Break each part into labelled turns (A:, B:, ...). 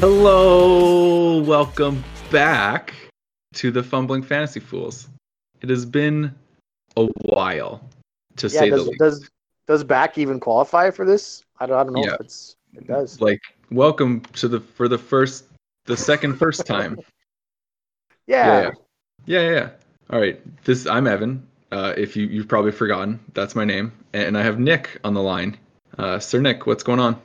A: Hello, welcome back to the Fumbling Fantasy Fools. It has been a while, to
B: yeah,
A: say
B: does,
A: the least.
B: does does back even qualify for this? I don't, I don't know
A: Yeah.
B: if it's it does.
A: Like, welcome to the for the first, the second first time.
B: Yeah,
A: yeah. Yeah, yeah, yeah. All right. This I'm Evan. Uh, if you you've probably forgotten, that's my name, and I have Nick on the line. Uh, Sir Nick, what's going on?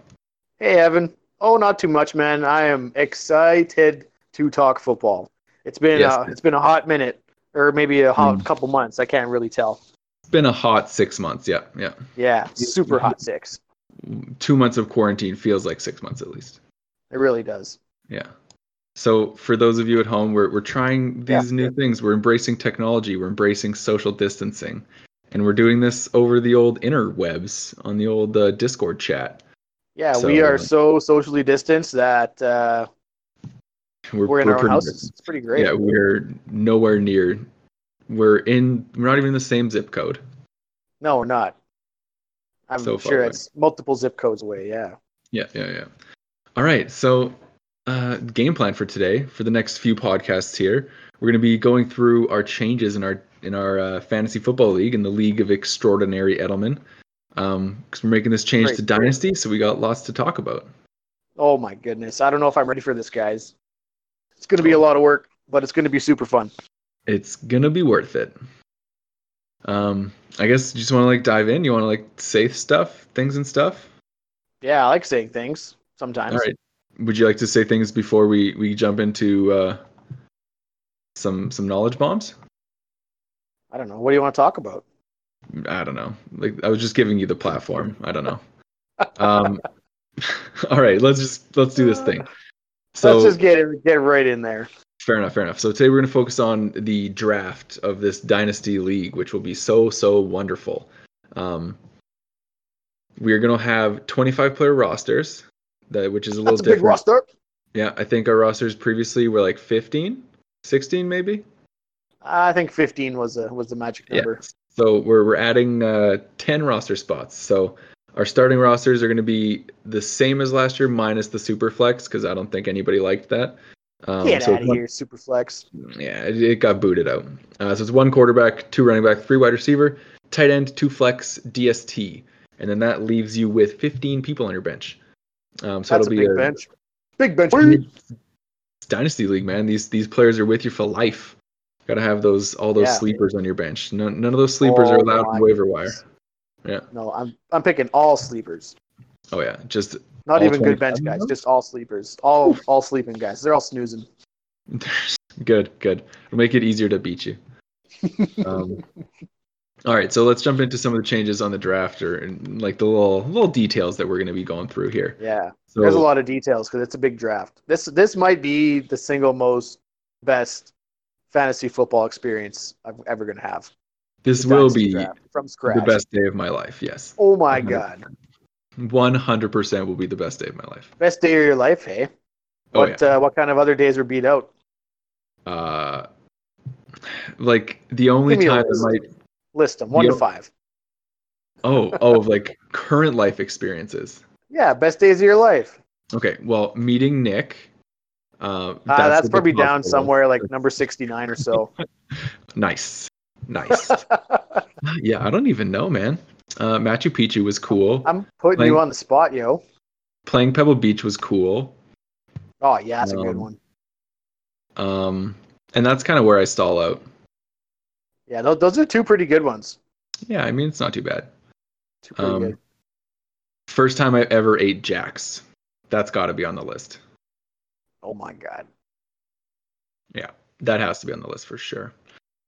B: Hey Evan. Oh, not too much, man. I am excited to talk football. It's been
A: Yes.
B: uh, it's been a hot minute, or maybe a hot
A: Mm.
B: couple months. I can't really tell.
A: It's been a hot six months. Yeah, yeah.
B: Yeah, super hot six.
A: Two months of quarantine feels like six months at least.
B: It really does.
A: Yeah. So for those of you at home, we're we're trying these new things. We're embracing technology. We're embracing social distancing, and we're doing this over the old interwebs on the old uh, Discord chat.
B: Yeah,
A: So,
B: we
A: uh,
B: are so socially distanced that uh, we're in our own
A: pretty-
B: houses. It's pretty great.
A: Yeah, we're nowhere near. We're in. We're not even in the same zip code.
B: No, we're not. I'm
A: So far
B: sure
A: away.
B: it's multiple zip codes away. Yeah.
A: Yeah, yeah, yeah. All right. So, uh, game plan for today, for the next few podcasts here, we're going to be going through our changes in our in our uh, fantasy football league in the League of Extraordinary Edelman. Um, because we're making this change
B: Great,
A: to
B: great.
A: Dynasty, so we got lots to talk about.
B: Oh my goodness. I don't know if I'm ready for this, guys. It's going to be a lot of work, but it's going to be super fun.
A: It's gonna be worth it. Um, I guess you just want to like dive in. You want to like say stuff, things and stuff.
B: Yeah, I like saying things sometimes.
A: All right. Would you like to say things before we we jump into uh, some some knowledge bombs?
B: I don't know. What do you want to talk about?
A: I don't know. Like I was just giving you the platform. I don't know. Um, all right, let's just let's do this thing. So
B: Let's just get get right in there.
A: fair enough, fair enough. So today we're going to focus on the draft of this dynasty league, which will be so so wonderful. Um, we are going to have 25 player rosters, that which is a little
B: That's a big
A: different.
B: roster.
A: yeah, I think our rosters previously were like 15, 16 maybe.
B: I think 15 was a, was the magic number.
A: Yeah. So we're we're adding uh, ten roster spots. So our starting rosters are going to be the same as last year, minus the super flex, because I don't think anybody liked that. Um,
B: Get
A: so
B: out of here, Superflex.
A: Yeah, it, it got booted out. Uh, so it's one quarterback, two running back, three wide receiver, tight end, two flex, DST, and then that leaves you with fifteen people on your bench. Um, so
B: That's a
A: it'll be
B: big bench. Big bench.
A: it's dynasty league, man. These these players are with you for life. Got to have those all those
B: Yeah.
A: sleepers on your bench. None, none of those sleepers are
B: Oh
A: allowed
B: my
A: on waiver wire.
B: goodness. No, I'm I'm picking all sleepers.
A: Oh yeah, just
B: Not
A: All
B: even good
A: 27
B: bench guys,
A: of them?
B: just all sleepers. All all sleeping guys. They're all snoozing.
A: good, good. It'll make it easier to beat you. Um, all right, so let's jump into some of the changes on the draft or and like the little little details that we're going to be going through here.
B: Yeah.
A: So
B: There's a lot of details because it's a big draft. This this might be the single most best fantasy football experience I'm ever gonna have.
A: this
B: The
A: will
B: dynasty
A: be
B: draft from
A: the
B: scratch.
A: best day of my life. Yes,
B: Oh my
A: 100%.
B: god,
A: one hundred percent will be the best day of my life.
B: best day of your life, hey?
A: Oh
B: What uh, what kind of other days were beat out?
A: yeah, uh, like the only
B: Give me a
A: time that
B: list.
A: might
B: List them one
A: Yeah.
B: to five.
A: Oh, oh, of like current life experiences.
B: Yeah, best days of your life.
A: Okay, well, meeting Nick. Uh,
B: Uh, that's,
A: the
B: probably
A: big
B: down
A: buzzword.
B: somewhere like number sixty nine or so.
A: Nice, nice. yeah, I don't even know, man. Uh, Machu Picchu was cool.
B: I'm putting you
A: Like-
B: on the spot, yo.
A: Playing Pebble Beach was cool.
B: Oh yeah, that's a good
A: Um,
B: one.
A: Um, and that's kind of where I stall out.
B: Yeah, those, those are two pretty good ones.
A: Yeah, I mean it's not too bad.
B: Two pretty
A: Um,
B: good.
A: first time I ever ate Jack's. That's got to be on the list.
B: Oh my god.
A: That has to be on the list for sure.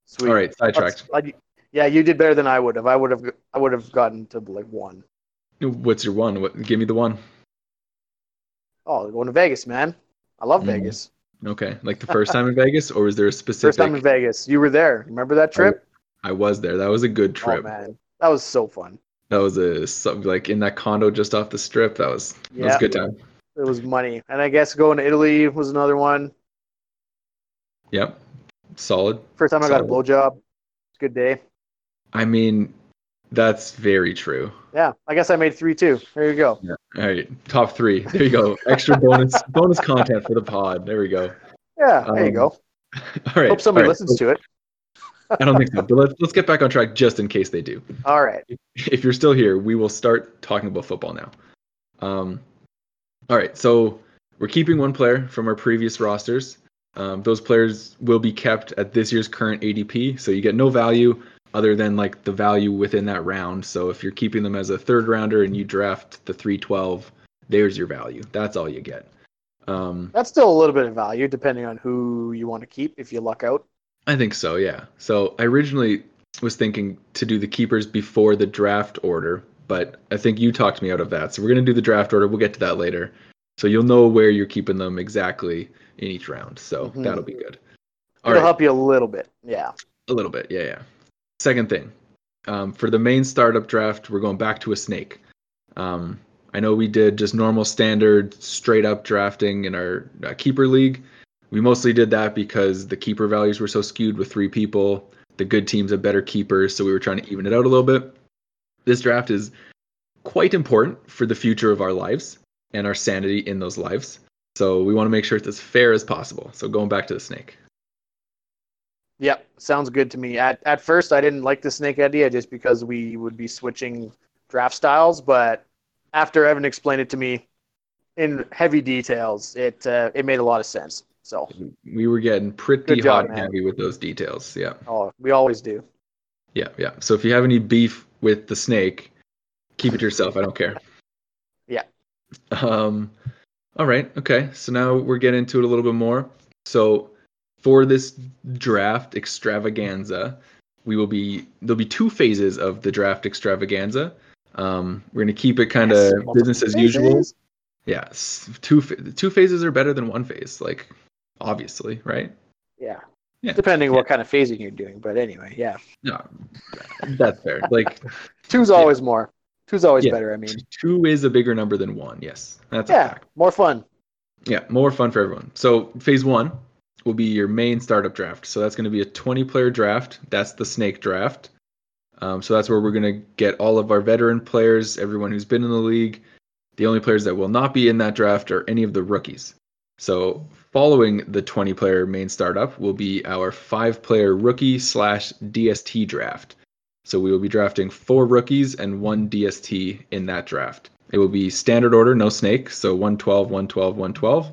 B: Sweet.
A: All right, sidetracked.
B: That's- I- yeah, you did better than I would have. I would have. I would have gotten to like one.
A: What's your one? What? Give me the one.
B: Oh, going to Vegas, man. I love
A: Mhm.
B: Vegas.
A: Okay, like the first time in Vegas, or was there a specific?
B: First time in Vegas. You were there. Remember that trip?
A: I was there. That was a good
B: Oh,
A: trip.
B: man, that was so fun.
A: that was a sub- like in that condo just off the strip. That was that was a
B: Yeah.
A: good time.
B: It was money, and I guess going to Italy was another one.
A: Yep, solid.
B: First time I got a blowjob. a good day.
A: I mean, that's very true.
B: Yeah, I guess I made three too. There you go.
A: All right, top three. There you go. Extra bonus bonus content for the pod. There we go.
B: Yeah, there you
A: Um,
B: go.
A: All right.
B: Hope somebody
A: all right.
B: listens to it.
A: I don't think so. But let's let's get back on track just in case they do.
B: All right.
A: If you're still here, we will start talking about football now. Um, all right. So we're keeping one player from our previous rosters. Um, those players will be kept at this year's current ADP. So you get no value other than like the value within that round. So if you're keeping them as a third rounder and you draft the 312, there's your value. That's all you get. Um,
B: That's still a little bit of value depending on who you want to keep if you luck out.
A: I think so, yeah. So I originally was thinking to do the keepers before the draft order, but I think you talked me out of that. So we're going to do the draft order. We'll get to that later. So you'll know where you're keeping them exactly in each round. So
B: Mhm.
A: that'll be good. All
B: It'll
A: right,
B: help you a little bit. Yeah.
A: a little bit. Yeah, yeah. Second thing, um, for the main startup draft, we're going back to a snake. Um, I know we did just normal standard straight up drafting in our uh, keeper league. We mostly did that because the keeper values were so skewed with three people. The good teams have better keepers, so we were trying to even it out a little bit. This draft is quite important for the future of our lives and our sanity in those lives. So we want to make sure it's as fair as possible. So going back to the snake.
B: Yep. Sounds good to me. At at first I didn't like the snake idea just because we would be switching draft styles, but after Evan explained it to me in heavy details, it uh, it made a lot of sense. So
A: We were getting pretty
B: Good job,
A: hot and
B: man.
A: heavy with those details. Yeah.
B: oh, we always do.
A: Yeah. Yeah. So if you have any beef with the snake, keep it to yourself. I don't care.
B: Yeah.
A: Um, all right. Okay. So now we're getting into it a little bit more. So for this draft extravaganza, we will be, there'll be two phases of the draft extravaganza. Um, we're going to keep it kind of
B: Yes,
A: business as usual.
B: Phases?
A: Yeah. s- Two, ph- two phases are better than one phase. Like obviously. Right.
B: Yeah.
A: Yeah.
B: Depending what kind of phasing you're doing, but anyway, yeah.
A: No, that's fair. Like
B: Two's always more. Two's always
A: Yeah.
B: better, I mean.
A: two is a bigger number than one. Yes, that's a
B: yeah,
A: fact.
B: more fun.
A: Yeah, more fun for everyone. So phase one will be your main startup draft. So that's going to be a 20-player draft. That's the snake draft. Um, so that's where we're going to get all of our veteran players, everyone who's been in the league. The only players that will not be in that draft are any of the rookies. So following the 20-player main startup will be our five-player rookie slash DST draft. So we will be drafting four rookies and one DST in that draft. It will be standard order, no snake. So 112, 112, 112,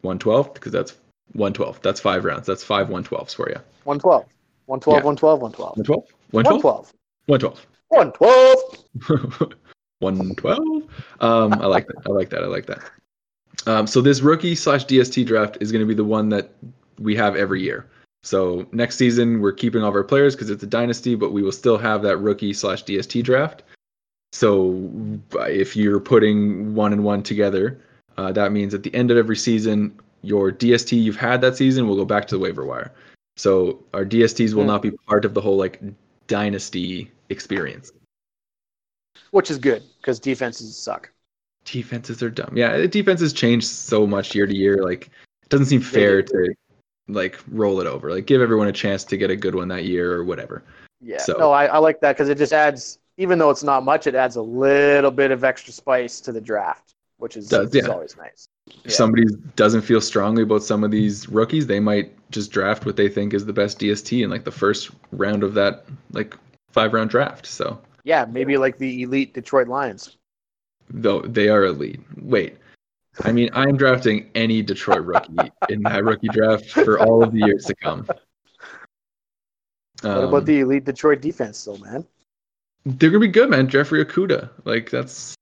A: 112, because that's 112. That's five rounds. That's five 112s for you.
B: 112. 112, 112, 112.
A: 112? 112?
B: 112.
A: 112.
B: 112.
A: 112. Um, I like that. I like that. I like that. Um, so this rookie slash DST draft is going to be the one that we have every year. So next season we're keeping all of our players because it's a dynasty, but we will still have that rookie slash DST draft. So uh, if you're putting one and one together, uh, that means at the end of every season, your DST you've had that season will go back to the waiver wire. So our DSTs will
B: Hmm.
A: not be part of the whole like dynasty experience.
B: Which is good because defenses suck.
A: defenses are dumb. Yeah, the defenses change so much year to year. Like, it doesn't seem fair to like roll it over. Like, give everyone a chance to get a good one that year or whatever.
B: Yeah.
A: So-
B: No, I, I like that because it just adds, even though it's not much, it adds a little bit of extra spice to the draft, which is,
A: Does,
B: is
A: yeah.
B: always nice.
A: If
B: Yeah.
A: somebody doesn't feel strongly about some of these rookies, they might just draft what they think is the best DST in like the first round of that like five round draft. So
B: Yeah, maybe like the elite Detroit Lions.
A: though they are elite. Wait. I mean, I'm drafting any Detroit rookie in that rookie draft for all of the years to come.
B: What
A: Um,
B: about the elite Detroit defense, though, man?
A: they're gonna be good, man. Jeffrey Okuda, like that's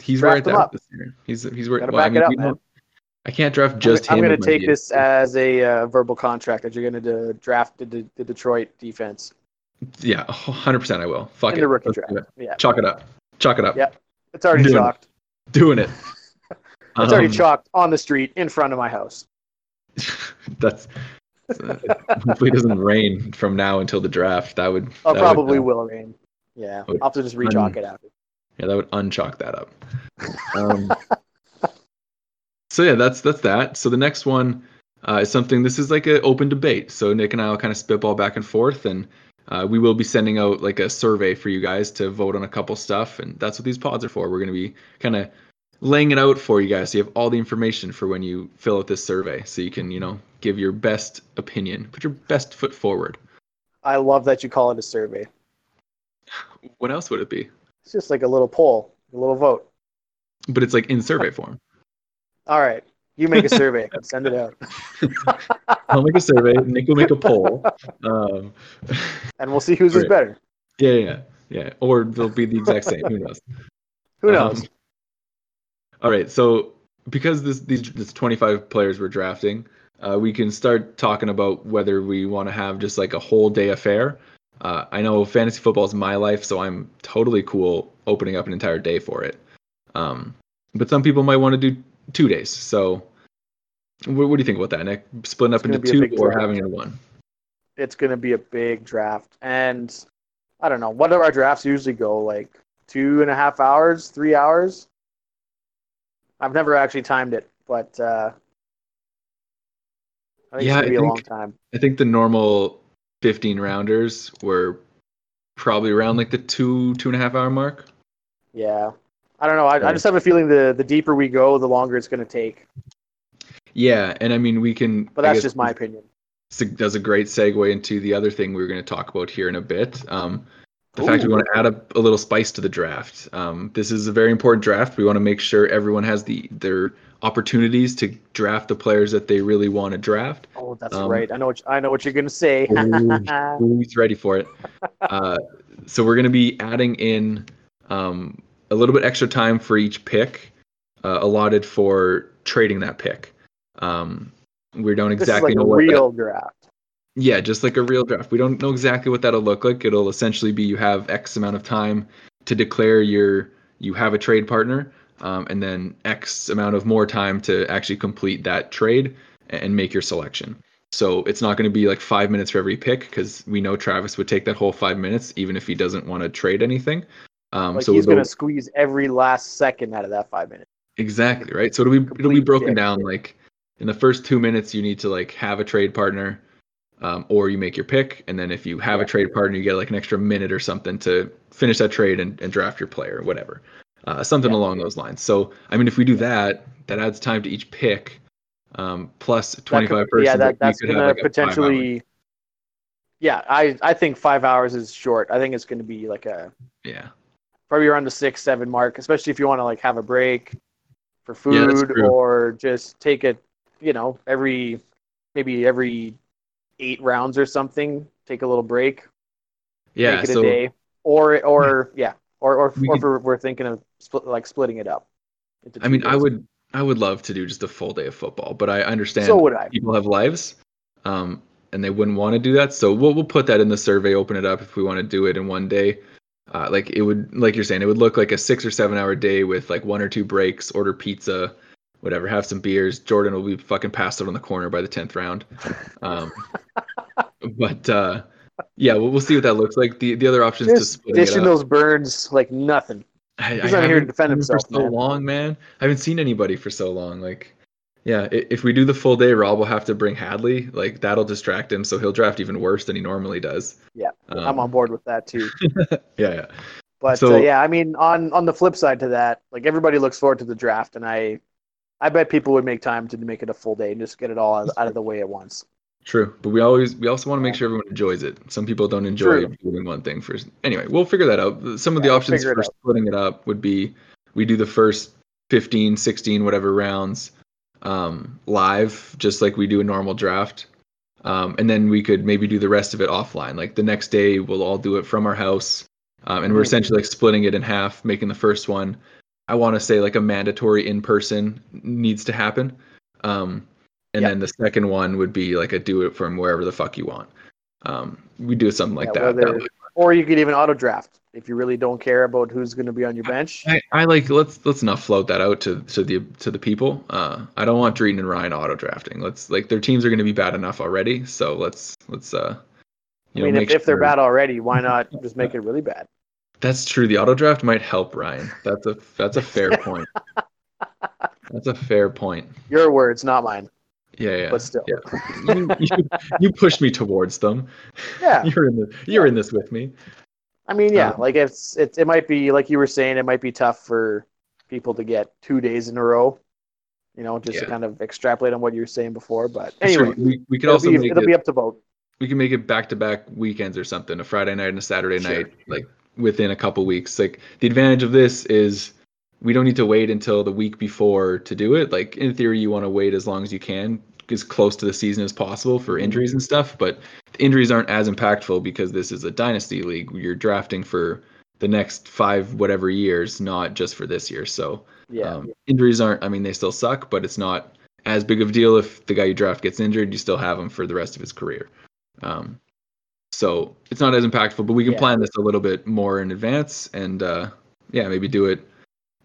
A: he's right
B: Draft him
A: there
B: up.
A: this year. He's he's where
B: Gotta
A: well, I,
B: back it
A: mean,
B: up,
A: we
B: man.
A: don't- I can't draft just
B: I'm,
A: him.
B: gonna- I'm
A: as my
B: going to take
A: DST.
B: this as a uh, verbal contract that you're going to draft the, the, the Detroit defense.
A: Yeah, 100. percent I will. Fuck
B: In
A: it.
B: the rookie
A: Let's
B: draft.
A: do it.
B: Yeah.
A: Chalk it up. Chalk it up.
B: Yep. It's already
A: Doing it.
B: chalked.
A: Doing it.
B: It's already
A: Um,
B: chalked on the street in front of my house.
A: That's uh, hopefully it doesn't rain from now until the draft. That would
B: Oh,
A: that would,
B: probably
A: uh,
B: will rain. Yeah,
A: Would-
B: I'll have to just re-chalk it after.
A: Yeah, that would unchalk that up. Um, so yeah, that's that's that. So the next one uh, is something. This is like an open debate, so Nick and I will kind of spitball back and forth, and uh, we will be sending out like a survey for you guys to vote on a couple stuff, and that's what these pods are for. We're going to be kind of laying it out for you guys, so you have all the information for when you fill out this survey, so you can you know give your best opinion, put your best foot forward.
B: I love that you call it a survey.
A: What else would it be?
B: It's just like a little poll, a little vote.
A: But it's like in survey form.
B: All right. You make a survey and send it out.
A: I'll make a survey. Nick will make a poll. Um,
B: and we'll see whose is
A: Right.
B: better.
A: yeah, yeah, yeah. Or they'll be the exact same. Who knows?
B: Who
A: Um,
B: knows?
A: all right. So because this these this 25 players we're drafting, uh, we can start talking about whether we want to have just like a whole day affair. Uh, I know fantasy football is my life, so I'm totally cool opening up an entire day for it. Um, but some people might want to do two days. So what, what do you think about that, Nick? Splitting up
B: It's gonna
A: into
B: be a
A: two
B: big
A: or
B: draft.
A: having it in one?
B: it's going to be a big draft. And I don't know. What do our drafts usually go? Like two and a half hours, three hours? I've never actually timed it, but uh, I think
A: Yeah, I
B: it's going to be a
A: think-
B: long time.
A: I think the normal 15 rounders were probably around like the two two and a half hour mark.
B: Yeah. I don't know. I, I
A: Right.
B: just have a feeling the, the deeper we go, the longer it's going to take.
A: Yeah, and I mean we can.
B: But
A: I
B: that's
A: guess
B: just my opinion.
A: this Does a great segue into the other thing we were going to talk about here in a bit. Um, the fact we
B: Ooh.
A: want to add a, a little spice to the draft. Um, this is a very important draft. We want to make sure everyone has the their opportunities to draft the players that they really want to draft.
B: Oh, that's
A: Um,
B: right. I know what I know what you're going to say.
A: Oh, Who's ready for it? Uh, so we're going to be adding in um, a little bit extra time for each pick uh, allotted for trading that pick. Um, we don't
B: This
A: exactly
B: is
A: know
B: like a
A: what that-
B: real draft.
A: yeah, just like a real draft. We don't know exactly what that'll look like. It'll essentially be you have X amount of time to declare your you have a trade partner, um, and then X amount of more time to actually complete that trade a- and make your selection. So it's not going to be like five minutes for every pick because we know Travis would take that whole five minutes even if he doesn't want to trade anything. Um,
B: Like
A: so
B: he's
A: we'll
B: going to squeeze every last second out of that five minutes.
A: Exactly right. So it'll be it'll be
B: Complete
A: broken
B: dick.
A: down like in the first two minutes you need to like have a trade partner, um, or you make your pick, and then if you have a
B: Yeah.
A: trade partner, you get like an extra minute or something to finish that trade and, and draft your player, whatever, uh, something
B: Yeah.
A: along those lines. So I mean, if we do that, that adds time to each pick, um, plus
B: That
A: twenty
B: could-
A: five person.
B: Yeah, that, that's
A: you could
B: going
A: have,
B: to
A: like, a five-hour-
B: potentially. Yeah, I, I think five hours is short. I think it's going to be like a
A: Yeah,
B: probably around the six seven mark, especially if you want to like have a break for
A: Yeah, that's
B: food
A: true.
B: or just take it. You know, every maybe every eight rounds or something, take a little break,
A: yeah.
B: make it
A: so
B: a day, or or yeah, or or,
A: We
B: or
A: could-
B: if we're, we're thinking of split, like splitting it up. into
A: I
B: two
A: mean, I
B: days.
A: would I would love to do just a full day of football, but I understand.
B: So would I.
A: people have lives um, and they wouldn't want to do that so we'll, we'll put that in the survey open it up if we want to do it in one day uh, like it would like you're saying it would look like a six or seven hour day with like one or two breaks order pizza whatever have some beers jordan will be fucking passed out on the corner by the 10th round um, but uh, yeah we'll, we'll see what that looks like the the other options to
B: Just
A: split it
B: dishing
A: up.
B: those burns like nothing.
A: I,
B: He's not here to
A: haven't
B: defend
A: seen him
B: himself,
A: for so
B: man.
A: long, man. I haven't seen anybody for so long. Like, yeah, i- if we do the full day, Rob will have to bring Hadley. Like, that'll distract him, so he'll draft even worse than he normally does.
B: Yeah,
A: Um,
B: I'm on board with that too.
A: Yeah, yeah,
B: But
A: So-
B: uh, yeah, I mean, on on the flip side to that, like everybody looks forward to the draft, and I, I bet people would make time to make it a full day and just get it all out, out of the way at once.
A: true. But we always we also want to make sure everyone enjoys it. Some people don't enjoy
B: True.
A: doing one thing first. Anyway, we'll figure that out. Some of the
B: Yeah, we'll
A: options
B: figure it
A: for
B: out.
A: splitting it up would be we do the first 15, 16, whatever rounds um, live, just like we do a normal draft. um, and then we could maybe do the rest of it offline. Like the next day, we'll all do it from our house, um, and we're
B: Mhm.
A: essentially like splitting it in half, making the first one. I want to say like a mandatory in person needs to happen, um, and
B: Yeah.
A: then the second one would be like a do it from wherever the fuck you want. Um, we do something like
B: Yeah,
A: that. that.
B: whether- Or you could even auto draft if you really don't care about who's going to be on your bench.
A: I, I like let's let's not float that out to to the to the people. Uh, I don't want Drayton and Ryan auto drafting. Let's like their teams are going to be bad enough already, so let's let's uh.
B: I
A: you know,
B: mean, if,
A: make
B: if they're
A: sure-
B: bad already, why not just make it really bad?
A: That's true. The auto draft might help Ryan. That's a that's a fair point. That's a fair point.
B: Your words, not mine.
A: Yeah, yeah.
B: but still.
A: yeah. you, you, you pushed me towards them.
B: Yeah.
A: You're in the, you're in this with me.
B: I mean, yeah,
A: Um,
B: like it's it, it might be like you were saying, it might be tough for people to get two days in a row. You know, just to
A: Yeah.
B: kind of extrapolate on what you were saying before. But
A: That's
B: anyway,
A: right. we, we could
B: it'll,
A: also
B: be,
A: make
B: it'll
A: it,
B: be up to vote.
A: we can make it back to back weekends or something, a Friday night and a Saturday
B: Sure.
A: night, like within a couple weeks. Like the advantage of this is we don't need to wait until the week before to do it. Like in theory, you want to wait as long as you can, as close to the season as possible
B: Mm-hmm.
A: for injuries and stuff. But the injuries aren't as impactful because this is a dynasty league. You're drafting for the next five whatever years, not just for this year. So
B: Yeah,
A: Um, injuries aren't, I mean, they still suck, but it's not as big of a deal if the guy you draft gets injured, you still have him for the rest of his career. Um, so it's not as impactful, but we can
B: Yeah.
A: plan this a little bit more in advance and, uh, yeah, maybe do it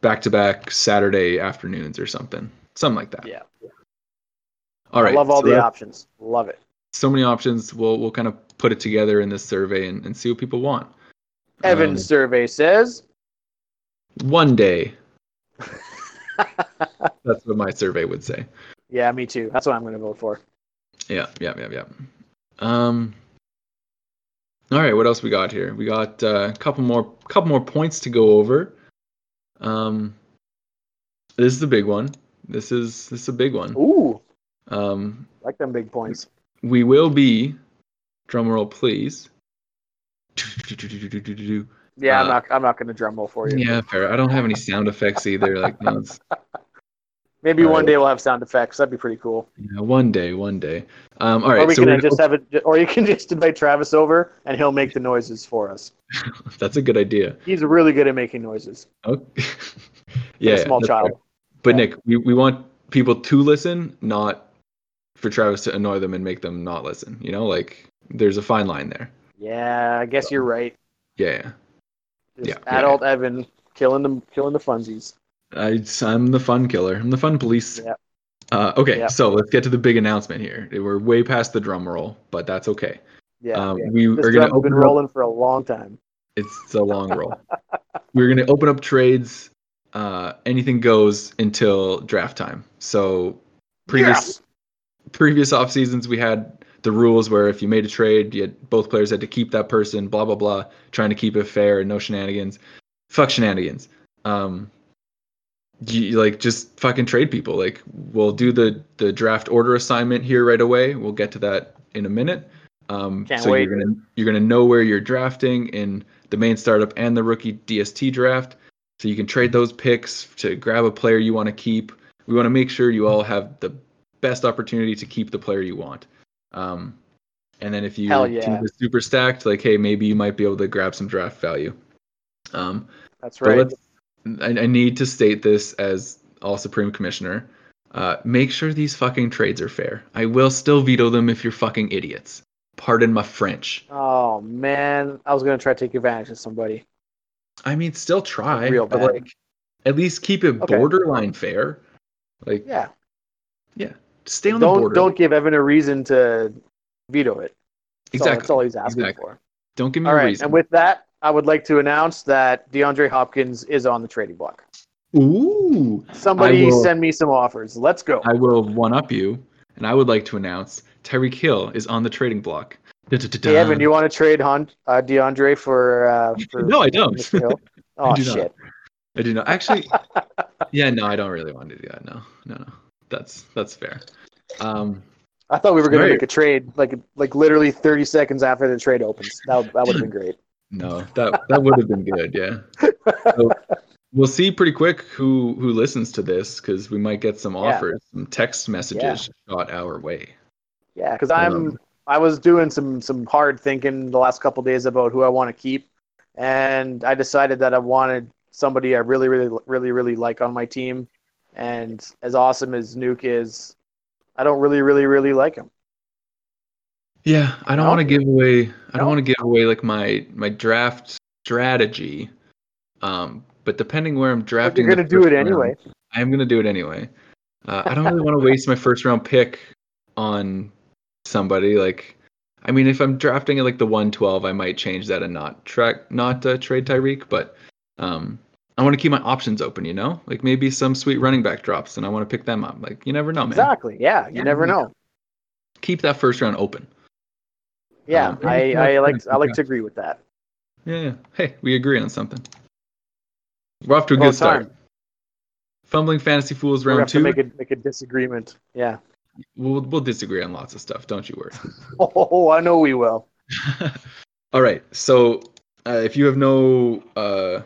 A: back to back Saturday afternoons or something, something like that.
B: yeah.
A: All right.
B: I love all
A: so
B: the
A: that-
B: options. Love it.
A: so many options. We'll, we'll kind of put it together in this survey and, and see what people want.
B: Evan's survey says.
A: Um, one day. That's what my survey would say.
B: yeah, me too. That's what I'm going to vote for.
A: Yeah, yeah, yeah, yeah. Um. All right, what else we got here? We got uh, a couple more, couple more points to go over. Um, this is the big one. This is this is a big one.
B: Ooh,
A: Um,
B: like them big points.
A: we will be, drum roll please.
B: Yeah, I'm
A: Uh,
B: not. I'm not going to drum roll for you.
A: Yeah, fair. I don't have any sound effects either. Like, no, it's-
B: Maybe
A: all
B: one
A: right.
B: day we'll have sound effects. That'd be pretty cool.
A: yeah, one day, one day. Um, all right,
B: or we
A: so we're
B: can
A: gonna-
B: just have it. Or you can just invite Travis over, and he'll make the noises for us.
A: that's a good idea.
B: He's really good at making noises.
A: Okay.
B: Yeah,
A: yeah,
B: small
A: that's
B: child.
A: fair. But
B: Yeah.
A: Nick, we, we want people to listen, not for Travis to annoy them and make them not listen. You know, like there's a fine line there.
B: Yeah, I guess you're right.
A: Yeah,
B: Just
A: Yeah, yeah,
B: adult Evan killing the killing the funsies.
A: I, I'm the fun killer. I'm the fun police.
B: Yeah.
A: Uh, okay,
B: Yeah.
A: so let's get to the big announcement here. We're way past the drum roll, but that's okay.
B: Yeah,
A: um,
B: yeah.
A: We
B: this
A: are going
B: drum's
A: to open
B: been
A: up
B: rolling for a long time.
A: It's a long roll. We're going to open up trades. Uh, anything goes until draft time. So previous previous off seasons, we had the rules where if you made a trade, you had, both players had to keep that person. Blah blah blah. Trying to keep it fair and no shenanigans. Fuck shenanigans. Um, you, like just fucking trade people. Like we'll do the the draft order assignment here right away. We'll get to that in a minute. Um,
B: Can't
A: so
B: wait.
A: you're gonna you're gonna know where you're drafting in the main startup and the rookie DST draft. So you can trade those picks to grab a player you want to keep. We want to make sure you all have the best opportunity to keep the player you want. Um, and then if you
B: Hell yeah.
A: team is super stacked, like hey, maybe you might be able to grab some draft value. Um,
B: That's
A: but
B: right.
A: let's- I, I need to state this as all Supreme Commissioner. Uh, make sure these fucking trades are fair. I will still veto them if you're fucking idiots. Pardon my French.
B: Oh man, I was gonna try to take advantage of somebody.
A: I mean, still try,
B: Real
A: but
B: bad.
A: like, at least keep it
B: Okay.
A: borderline fair. Like,
B: Yeah,
A: stay on the
B: don't
A: border.
B: don't give Evan a reason to veto it. That's all-
A: exactly.
B: that's all he's asking
A: Exactly.
B: for.
A: Don't give me
B: All
A: a
B: right,
A: reason.
B: and with that, I would like to announce that DeAndre Hopkins is on the trading block.
A: Ooh,
B: Somebody
A: will-
B: send me some offers. Let's go.
A: I will one up you, and I would like to announce Tyreek Hill is on the trading block. Da-da-da-da.
B: Hey Evan, you want to trade Hunt uh, DeAndre for, uh, for
A: No, I don't.
B: Mr. Hill? Oh
A: do not.
B: shit!
A: I do not actually. yeah, no, I don't really want to do that. No, no, no. That's that's fair. Um,
B: I thought we were going
A: Right.
B: to make a trade like like literally 30 seconds after the trade opens. That would- that would have been great.
A: no, that that would have been good. Yeah. So, we'll see pretty quick who who listens to this because we might get some
B: Yeah.
A: offers, some text messages shot our way.
B: Yeah, because
A: Um.
B: I'm I was doing some some hard thinking the last couple days about who I want to keep, and I decided that I wanted somebody I really really really really like on my team, and as awesome as Nuke is, I don't really really really like him.
A: Yeah, I don't
B: No?
A: want to give away. I
B: No?
A: don't want to give away like my my draft strategy. Um, but depending where I'm
B: But
A: drafting,
B: you're
A: the
B: going to do
A: first
B: it
A: round,
B: anyway.
A: I'm gonna do it anyway. Uh, I don't really want to waste my first round pick on somebody. Like, I mean, if I'm drafting at like the 112, I might change that and not track, not uh, trade Tyreek. But um, I want to keep my options open, you know? Like maybe some sweet running back drops and I want to pick them up. Like you never know, man.
B: Exactly. Yeah, you
A: Yeah.
B: never know.
A: Keep that first round open.
B: Yeah,
A: Um,
B: I, I like I like to agree with that.
A: Yeah, yeah. Hey, we agree on something. We're off to a
B: Well,
A: good start.
B: time.
A: Fumbling Fantasy Fools
B: We're gonna
A: round
B: have to
A: two.
B: make a make a disagreement. Yeah.
A: We'll we'll disagree on lots of stuff, don't you worry.
B: Oh, I know we will.
A: All right. So uh, if you have no uh,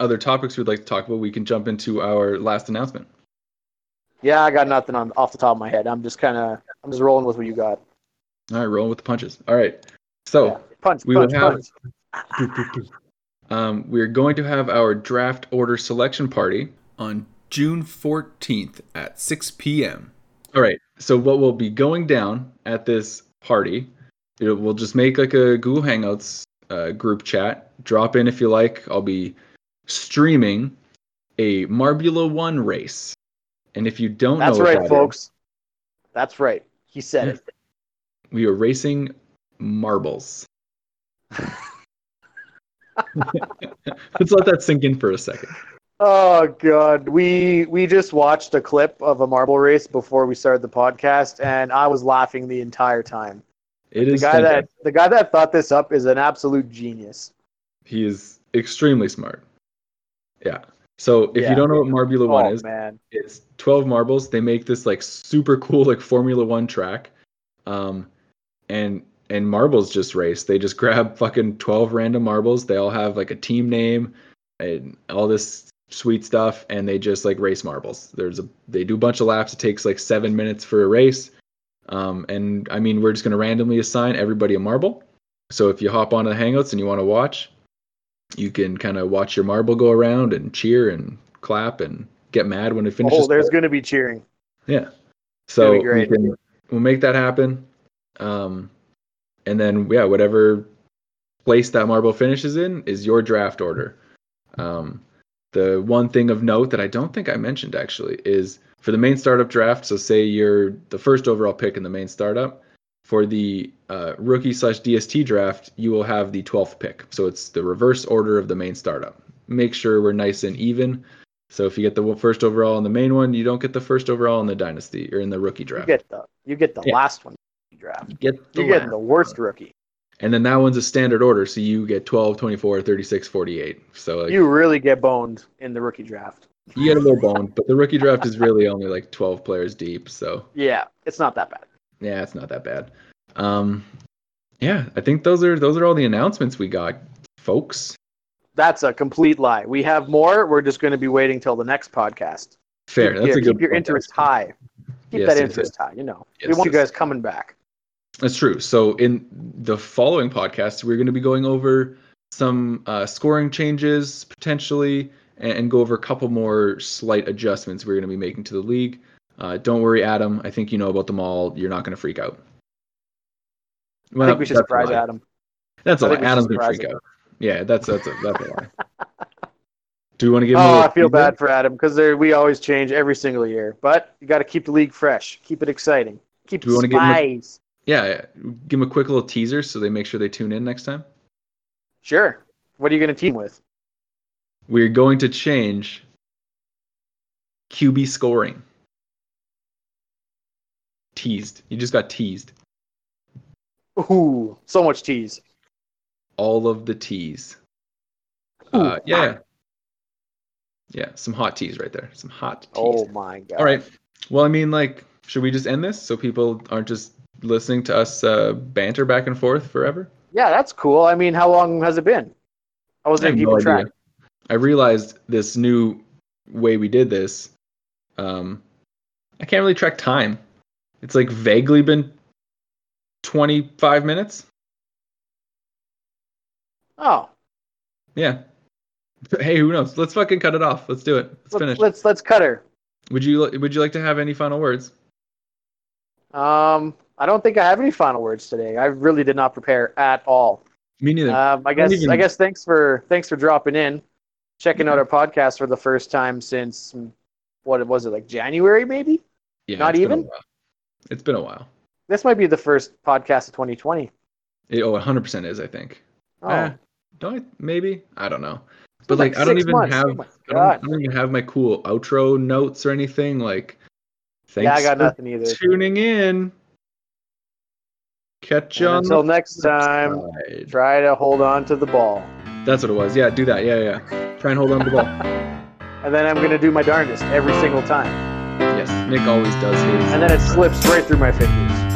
A: other topics you'd like to talk about, we can jump into our last announcement.
B: Yeah, I got nothing on off the top of my head. I'm just kind of I'm just rolling with what you got.
A: All right, rolling with the punches. All right. So
B: Yeah. Punch,
A: we will
B: punch,
A: have-
B: punch.
A: um, we're going to have our draft order selection party on June 14th at 6 p.m. All right. So what will be going down at this party, it, we'll just make like a Google Hangouts uh, group chat. Drop in if you like. I'll be streaming a Marbula 1 race. And if you don't
B: That's
A: know what that
B: right,
A: is,
B: folks. That's right. He said it.
A: we are racing marbles. Let's let that sink in for a second.
B: Oh god, we we just watched a clip of a marble race before we started the podcast, and I was laughing the entire time.
A: It
B: The
A: is
B: guy that
A: fantastic.
B: the guy that thought this up is an absolute genius.
A: he is extremely smart. Yeah. So if
B: Yeah.
A: you don't know what Marbula One
B: Oh
A: is,
B: man,
A: it's twelve marbles. They make this like super cool like Formula One track, um, and and marbles just race. They just grab fucking twelve random marbles. They all have like a team name and all this sweet stuff, and they just like race marbles. There's a they do a bunch of laps. It takes like seven minutes for a race, um, and I mean we're just gonna randomly assign everybody a marble. So if you hop onto the Hangouts and you want to watch, you can kind of watch your marble go around and cheer and clap and get mad when it finishes.
B: oh, there's going to be cheering.
A: Yeah.
B: gonna
A: So
B: be
A: we
B: great.
A: can, we'll make that happen. Um, and then yeah, whatever place that marble finishes in is your draft order. Um, the one thing of note that I don't think I mentioned actually is for the main startup draft. So say you're the first overall pick in the main startup. For the uh, rookie slash DST draft, you will have the 12th pick. So it's the reverse order of the main startup. Make sure we're nice and even. So if you get the w- first overall in the main one, you don't get the first overall in the dynasty or in the rookie
B: You
A: draft.
B: get the you get the
A: Yeah.
B: last one you draft.
A: You get
B: You're
A: last.
B: getting the worst rookie.
A: And then that one's a standard order, so you get 12, 24, 36, 48. So like, you,
B: You really get boned in the rookie draft.
A: get a little bone, but the rookie draft is really only like 12 players deep, so
B: Yeah, it's not that bad.
A: yeah, it's not that bad. Um yeah, I think those are those are all the announcements we got, folks.
B: That's a complete lie. We have more. We're just going to be waiting till the next podcast.
A: Fair.
B: Keep
A: That's
B: your,
A: a good
B: keep your
A: point,
B: interest
A: actually.
B: high. Keep
A: Yes, yes,
B: that interest high. You know, we
A: Yes,
B: want you
A: yes.
B: guys coming back.
A: That's true. So in the following podcast, we're going to be going over some uh, scoring changes potentially, and, and go over a couple more slight adjustments we're going to be making to the league. Uh, don't worry, Adam. I think you know about them all. You're not going to freak out. Well,
B: I think we should
A: that's a
B: surprise
A: lie.
B: Adam.
A: That's a
B: I
A: lie.
B: think we should
A: Adam's going to
B: surprise
A: freak out. Yeah, that's that's a that's a lie. Do you want to give? him a
B: Oh,
A: little
B: I
A: teaser?
B: feel bad for Adam because we always change every single year. But you got to keep the league fresh. Keep it exciting. Keep
A: Do we
B: it
A: wanna give him a-
B: spice.
A: Yeah, yeah. give him a quick little teaser so they make sure they tune in next time.
B: Sure. What are you going to team with?
A: We're going to change QB scoring. Teased. You just got teased.
B: Ooh, so much tease.
A: All of the teas.
B: Ooh,
A: Uh, yeah. Yeah, some hot teas right there. Some hot teas.
B: Oh my god.
A: All right. Well, I mean, like, should we just end this so people aren't just listening to us uh, banter back and forth forever?
B: Yeah, that's cool. I mean, how long has it been? I
A: I
B: wasn't
A: have
B: keeping
A: no
B: track.
A: idea. I realized this new way we did this. Um, I can't really track time. It's like vaguely been 25 minutes.
B: Oh,
A: Yeah. Hey, who knows? Let's fucking cut it off. Let's do it. Let's
B: let's
A: finish.
B: let's, let's cut her.
A: Would you li- Would you like to have any final words?
B: Um, I don't think I have any final words today. I really did not prepare at all.
A: Me neither.
B: Um, I guess
A: even-
B: I guess thanks for thanks for dropping in, checking out our podcast for the first time since what was it like January maybe?
A: yeah,
B: not
A: it's been a
B: even?
A: while. It's been a while.
B: This might be the first podcast of 2020.
A: It, oh, 100% is, I think.
B: Oh,
A: Ah, don't I, maybe? I don't know. But like, I don't
B: six
A: even
B: months.
A: have
B: Oh
A: I
B: my
A: don't, I
B: God.
A: don't even have my cool outro notes or anything. Like, thanks
B: Yeah, I got
A: for
B: nothing either.
A: tuning in. Catch
B: And
A: you on
B: until
A: the
B: next time,
A: flip side.
B: try to hold on to the ball.
A: That's what it was. Yeah, do that. Yeah, yeah. yeah. Try and hold on to the ball.
B: And then I'm going to do my darndest every single time.
A: yes, Nick always does his.
B: And then it slips right through my fingers.